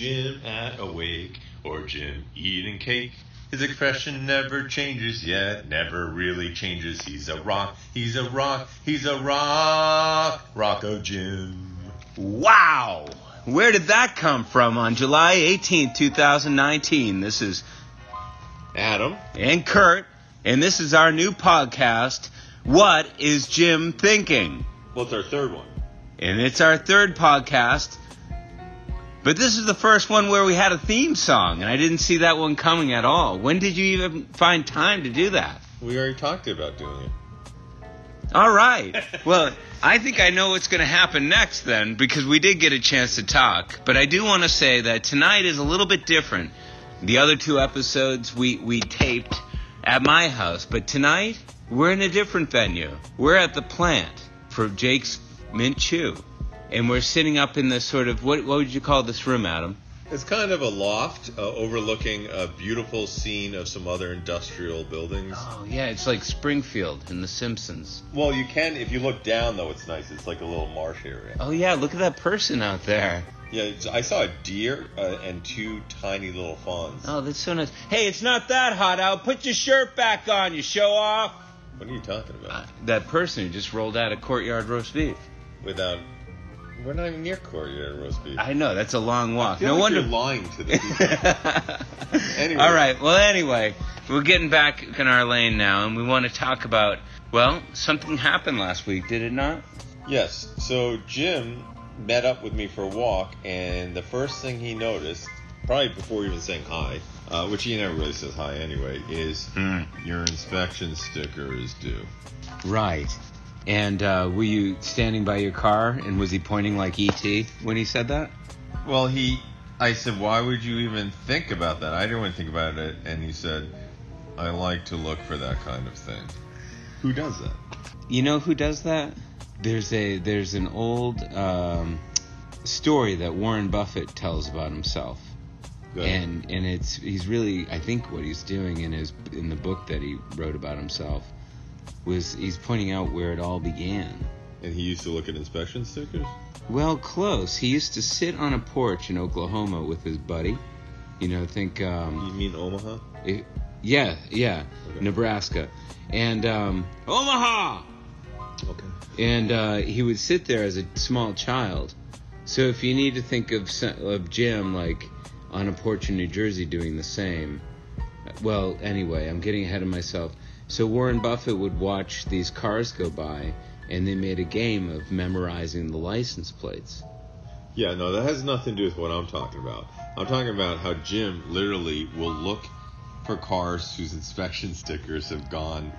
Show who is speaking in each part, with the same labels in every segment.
Speaker 1: Jim at awake or Jim eating cake. His expression never changes, yet never really changes. He's a rock, he's a rock, he's a rock, Rocco Jim.
Speaker 2: Wow! Where did that come from on July 18th, 2019? This is
Speaker 1: Adam,
Speaker 2: and Kurt, and this is our new podcast, What is Jim Thinking?
Speaker 1: well, it's our third one.
Speaker 2: And it's our third podcast. But this is the first one where we had a theme song, and I didn't see that one coming at all. When did you even find time to do that?
Speaker 1: We already talked about doing it.
Speaker 2: All right. Well, I think I know what's going to happen next then because we did get a chance to talk. But I do want to say that tonight is a little bit different. The other two episodes we, we taped at my house, but tonight we're in a different venue. We're at the plant for Jake's Mint Chew. And we're sitting up in this sort of what, what would you call this room, Adam?
Speaker 1: It's kind of a loft uh, overlooking a beautiful scene of some other industrial buildings.
Speaker 2: Oh, yeah, it's like Springfield in The Simpsons.
Speaker 1: Well, you can, if you look down, though, it's nice. It's like a little marsh area.
Speaker 2: Oh, yeah, look at that person out there.
Speaker 1: Yeah, it's- I saw a deer uh, and two tiny little fawns.
Speaker 2: Oh, that's so nice. Hey, it's not that hot out. Put your shirt back on, you show off.
Speaker 1: What are you talking about?
Speaker 2: That person who just rolled out of courtyard roast beef.
Speaker 1: Without. We're not even near Corriere Roast Beef.
Speaker 2: I know, that's a long walk.
Speaker 1: feel
Speaker 2: No
Speaker 1: like
Speaker 2: wonder.
Speaker 1: you're lying to the people. Anyway.
Speaker 2: All right, well, anyway, we're getting back in our lane now, and we want to talk about, well, something happened last week, did it not?
Speaker 1: yes. So Jim met up with me for a walk, and the first thing he noticed, probably before even saying hi, uh, which he never really says hi anyway, is your inspection sticker is due.
Speaker 2: Right. And uh, were you standing by your car, and was he pointing like E.T. when he said that?
Speaker 1: Well, he, I said, why would you even think about that? I didn't want to think about it, and he said, I like to look for that kind of thing. Who does that?
Speaker 2: You know who does that? There's a there's an old um, story that Warren Buffett tells about himself,
Speaker 1: Go ahead.
Speaker 2: and and it's he's really I think what he's doing in his in the book that he wrote about himself was he's pointing out where it all began.
Speaker 1: and he used to look at inspection stickers.
Speaker 2: Well, close. He used to sit on a porch in Oklahoma with his buddy. You know, think um,
Speaker 1: You mean Omaha?
Speaker 2: It- yeah, yeah,
Speaker 1: Okay.
Speaker 2: Nebraska, and um, Omaha.
Speaker 1: Okay.
Speaker 2: and uh, he would sit there as a small child. So if you need to think of so- of Jim like on a porch in New Jersey doing the same, well, anyway, I'm getting ahead of myself. So Warren Buffett would watch these cars go by, and they made a game of memorizing the license plates.
Speaker 1: Yeah, no, that has nothing to do with what I'm talking about. I'm talking about how Jim literally will look for cars whose inspection stickers have gone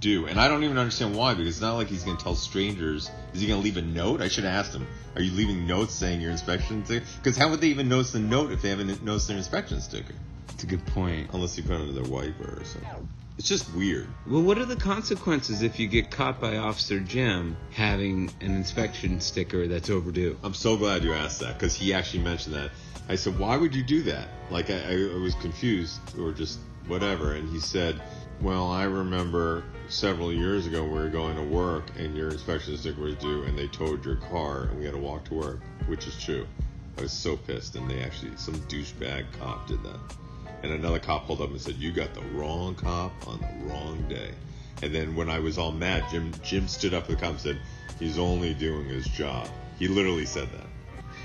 Speaker 1: due. And I don't even understand why, because it's not like he's going to tell strangers. Is he going to leave a note? I should have asked him. Are you leaving notes saying your inspection sticker? Because how would they even notice the note if they haven't noticed their inspection sticker?
Speaker 2: It's a good point.
Speaker 1: Unless you put it under their wiper or something. It's just weird.
Speaker 2: Well, what are the consequences if you get caught by Officer Jim having an inspection sticker that's overdue?
Speaker 1: I'm so glad you asked that because he actually mentioned that. I said, "Why would you do that?" Like I, I was confused or just whatever, and he said, "Well, I remember several years ago we were going to work and your inspection sticker was due, and they towed your car, and we had to walk to work, which is true." I was so pissed, and they actually some douchebag cop did that, and another cop pulled up and said, "You got the wrong cop on the wrong day." And then when I was all mad, Jim Jim stood up to the cop and said, "He's only doing his job." He literally said that.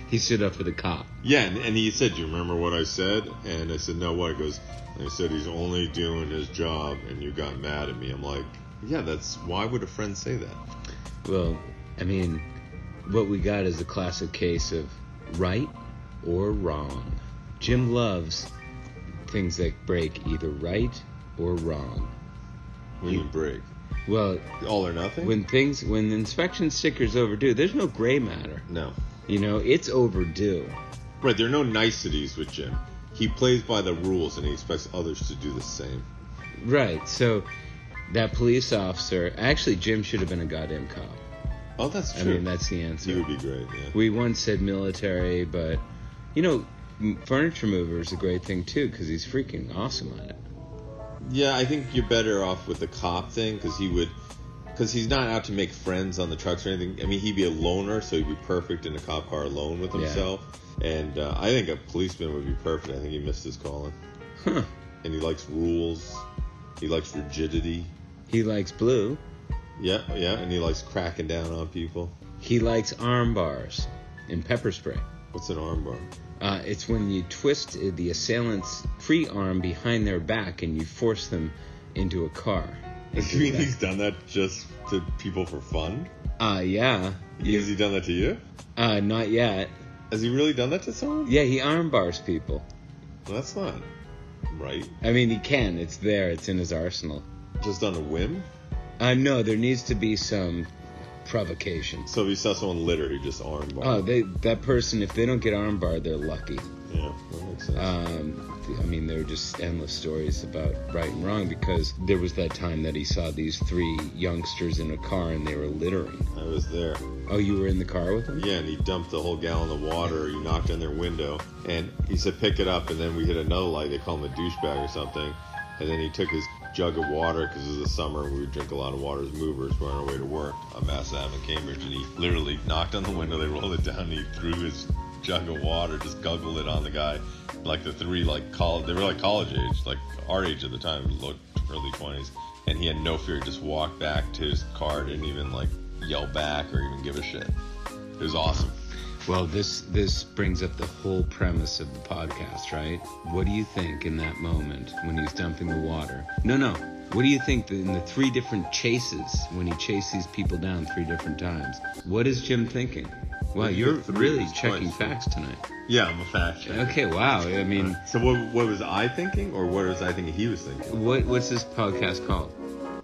Speaker 2: He stood up for the cop.
Speaker 1: Yeah, and, and he said, "Do you remember what I said?" And I said, "No, what?" He goes, "I said he's only doing his job, and you got mad at me." I'm like, "Yeah, that's why would a friend say that?"
Speaker 2: Well, I mean, what we got is a classic case of right or wrong. Jim loves things that break either right or wrong.
Speaker 1: We
Speaker 2: You-
Speaker 1: mean break
Speaker 2: Well,
Speaker 1: all or nothing.
Speaker 2: when things when the inspection sticker's overdue, there's no gray matter.
Speaker 1: no,
Speaker 2: You know, it's overdue.
Speaker 1: right? There are no niceties with Jim. He plays by the rules, and he expects others to do the same.
Speaker 2: Right. So that police officer, actually Jim should have been a goddamn cop.
Speaker 1: Oh, that's
Speaker 2: I
Speaker 1: true.
Speaker 2: mean, that's the answer.
Speaker 1: he would be great. Yeah.
Speaker 2: We once said military, but you know, m- furniture mover is a great thing too because he's freaking awesome at it.
Speaker 1: Yeah, I think you're better off with the cop thing because he would, because he's not out to make friends on the trucks or anything. I mean, he'd be a loner, so he'd be perfect in a cop car alone with
Speaker 2: Yeah.
Speaker 1: himself. And uh, I think a policeman would be perfect. I think he missed his calling.
Speaker 2: Huh.
Speaker 1: And he likes rules. He likes rigidity.
Speaker 2: He likes blue.
Speaker 1: Yeah, yeah. And he likes cracking down on people.
Speaker 2: He likes arm bars and pepper spray.
Speaker 1: What's an armbar?
Speaker 2: Uh, it's when you twist uh, the assailant's free arm behind their back and you force them into a car.
Speaker 1: You mean he's done that just to people for fun?
Speaker 2: Uh, yeah.
Speaker 1: Has he done that to you?
Speaker 2: Uh, not yet.
Speaker 1: Has he really done that to someone?
Speaker 2: Yeah, he arm bars people.
Speaker 1: Well, that's not right.
Speaker 2: I mean, he can. It's there. It's in his arsenal.
Speaker 1: Just on a whim.
Speaker 2: Uh, no, there needs to be some provocation.
Speaker 1: So if he saw someone litter, he just armbar.
Speaker 2: Oh, they, that person, if they don't get arm barred, they're lucky.
Speaker 1: yeah, that makes sense.
Speaker 2: Um, th- I mean, there were just endless stories about right and wrong because there was that time that he saw these three youngsters in a car and they were littering.
Speaker 1: I was there.
Speaker 2: Oh, you were in the car with them?
Speaker 1: Yeah, and he dumped a whole gallon of water. He knocked on their window, and he said, "Pick it up." And then we hit another light. They call him a douchebag or something. And then he took his jug of water because it was the summer. We would drink a lot of water as movers. We're on our way to work on Mass Ave in Cambridge, and he literally knocked on the window. They rolled it down. and He threw his jug of water, just goggled it on the guy. Like the three, like college, they were like college age, like our age at the time, looked early twenties. And he had no fear. Just walked back to his car, didn't even like yell back or even give a shit. It was awesome.
Speaker 2: Well, this this brings up the whole premise of the podcast, right? What do you think in that moment when he's dumping the water? No, no. What do you think that in the three different chases when he chased these people down three different times? What is Jim thinking? Well,
Speaker 1: He
Speaker 2: you're
Speaker 1: did three
Speaker 2: really
Speaker 1: twice,
Speaker 2: checking
Speaker 1: yeah.
Speaker 2: facts tonight.
Speaker 1: Yeah, I'm a fact checker.
Speaker 2: Okay, wow. I mean,
Speaker 1: So what, what was I thinking, or what was I thinking he was thinking?
Speaker 2: what what's this podcast called?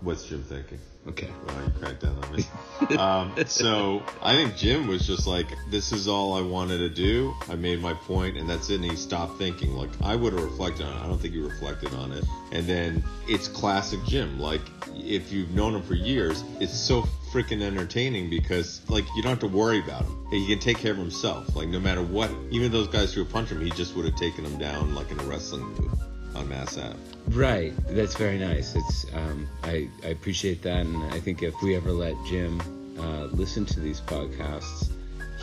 Speaker 1: What's Jim thinking?
Speaker 2: Okay.
Speaker 1: Wow, you cracked down on me. um, so I think Jim was just like, "This is all I wanted to do. I made my point, and that's it." And he stopped thinking. Like I would have reflected on it. I don't think he reflected on it. And then it's classic Jim. Like if you've known him for years, it's so freaking entertaining because like you don't have to worry about him. He can take care of himself. Like no matter what, even those guys who would punch him, he just would have taken them down like in a wrestling move on Mass Ave.
Speaker 2: Right. That's very nice. It's um, I, I appreciate that, and I think if we ever let Jim uh, listen to these podcasts,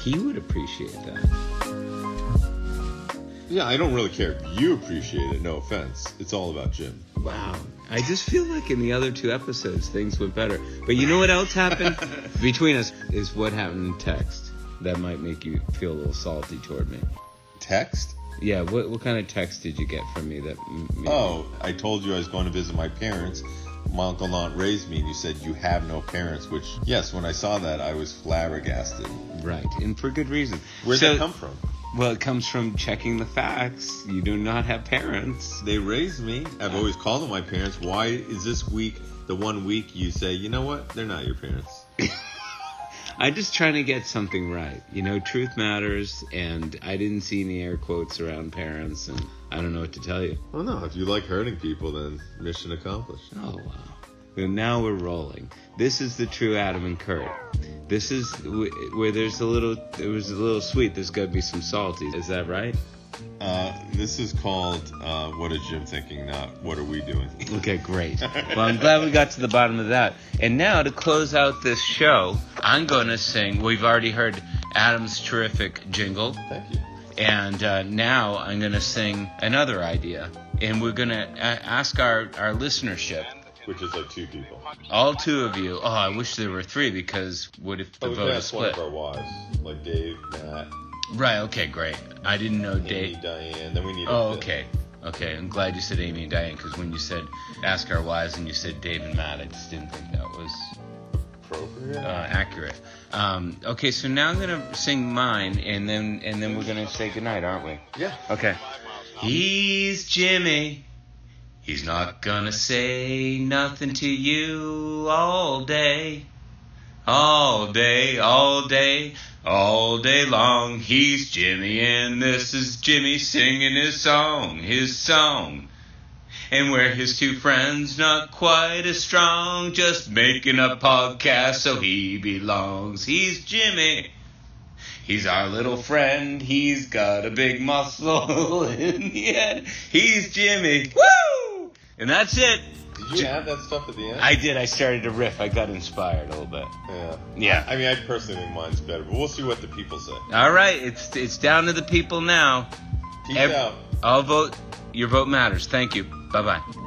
Speaker 2: he would appreciate that.
Speaker 1: Yeah, I don't really care. if You appreciate it. No offense. It's all about Jim.
Speaker 2: Wow. I just feel like in the other two episodes things went better. But you know what else happened between us is what happened in text. That might make you feel a little salty toward me.
Speaker 1: Text?
Speaker 2: Yeah. What what kind of text did you get from me that? m- made-
Speaker 1: Oh, I told you I was going to visit my parents. My uncle and aunt raised me, and you said you have no parents. Which, yes, when I saw that, I was flabbergasted.
Speaker 2: Right, and for good reason.
Speaker 1: Where'd
Speaker 2: So-
Speaker 1: that come from?
Speaker 2: Well, it comes from checking the facts. You do not have parents.
Speaker 1: They raised me. I've always called them my parents. Why is this week the one week you say, you know what? They're not your parents.
Speaker 2: I'm just trying to get something right. You know, truth matters, and I didn't see any air quotes around parents, and I don't know what to tell you.
Speaker 1: Well, Oh, no. If you like hurting people, then mission accomplished.
Speaker 2: Oh, wow. Well, now we're rolling. This is the true Adam and Kurt. This is w- where there's a little, there was a little sweet. There's got to be some salty. Is that right?
Speaker 1: Uh, this is called uh, "What is Jim thinking?" Not "What are we doing?"
Speaker 2: Okay, great. Well, I'm glad we got to the bottom of that. And now to close out this show, I'm going to sing. We've already heard Adam's terrific jingle.
Speaker 1: Thank you.
Speaker 2: And uh, now I'm going to sing another idea. And we're going to a- ask our, our listenership,
Speaker 1: Which is like two people.
Speaker 2: all two of you. Oh, I wish there were three because what if the
Speaker 1: Oh, we could
Speaker 2: vote is
Speaker 1: ask one
Speaker 2: split?
Speaker 1: of our wives, like Dave, Matt,
Speaker 2: Right, okay, great. I didn't know
Speaker 1: Amy,
Speaker 2: date.
Speaker 1: Diane. Then we need. a
Speaker 2: Oh,
Speaker 1: fifth.
Speaker 2: okay. Okay, I'm glad you said Amy and Diane because when you said ask our wives and you said Dave and Matt, I just didn't think that was
Speaker 1: Appropriate.
Speaker 2: uh, accurate. Um, okay, so now I'm gonna sing mine, and then and then we're gonna say goodnight, aren't we?
Speaker 1: yeah.
Speaker 2: Okay. He's Jimmy. He's not gonna say nothing to you all day. All day, all day, all day long. He's Jimmy, and this is Jimmy singing his song, his song. And we're his two friends, not quite as strong, just making a podcast so he belongs. He's Jimmy. He's our little friend. He's got a big muscle in the end. He's Jimmy. Woo! And that's it.
Speaker 1: Did you add that stuff at the end?
Speaker 2: I did. I started to riff. I got inspired a little bit.
Speaker 1: yeah.
Speaker 2: Yeah.
Speaker 1: I mean, I personally think mine's better, but we'll see what the people say.
Speaker 2: All right. It's it's down to the people now.
Speaker 1: Peace
Speaker 2: Ev-
Speaker 1: out.
Speaker 2: I'll vote. Your vote matters. Thank you. Bye bye.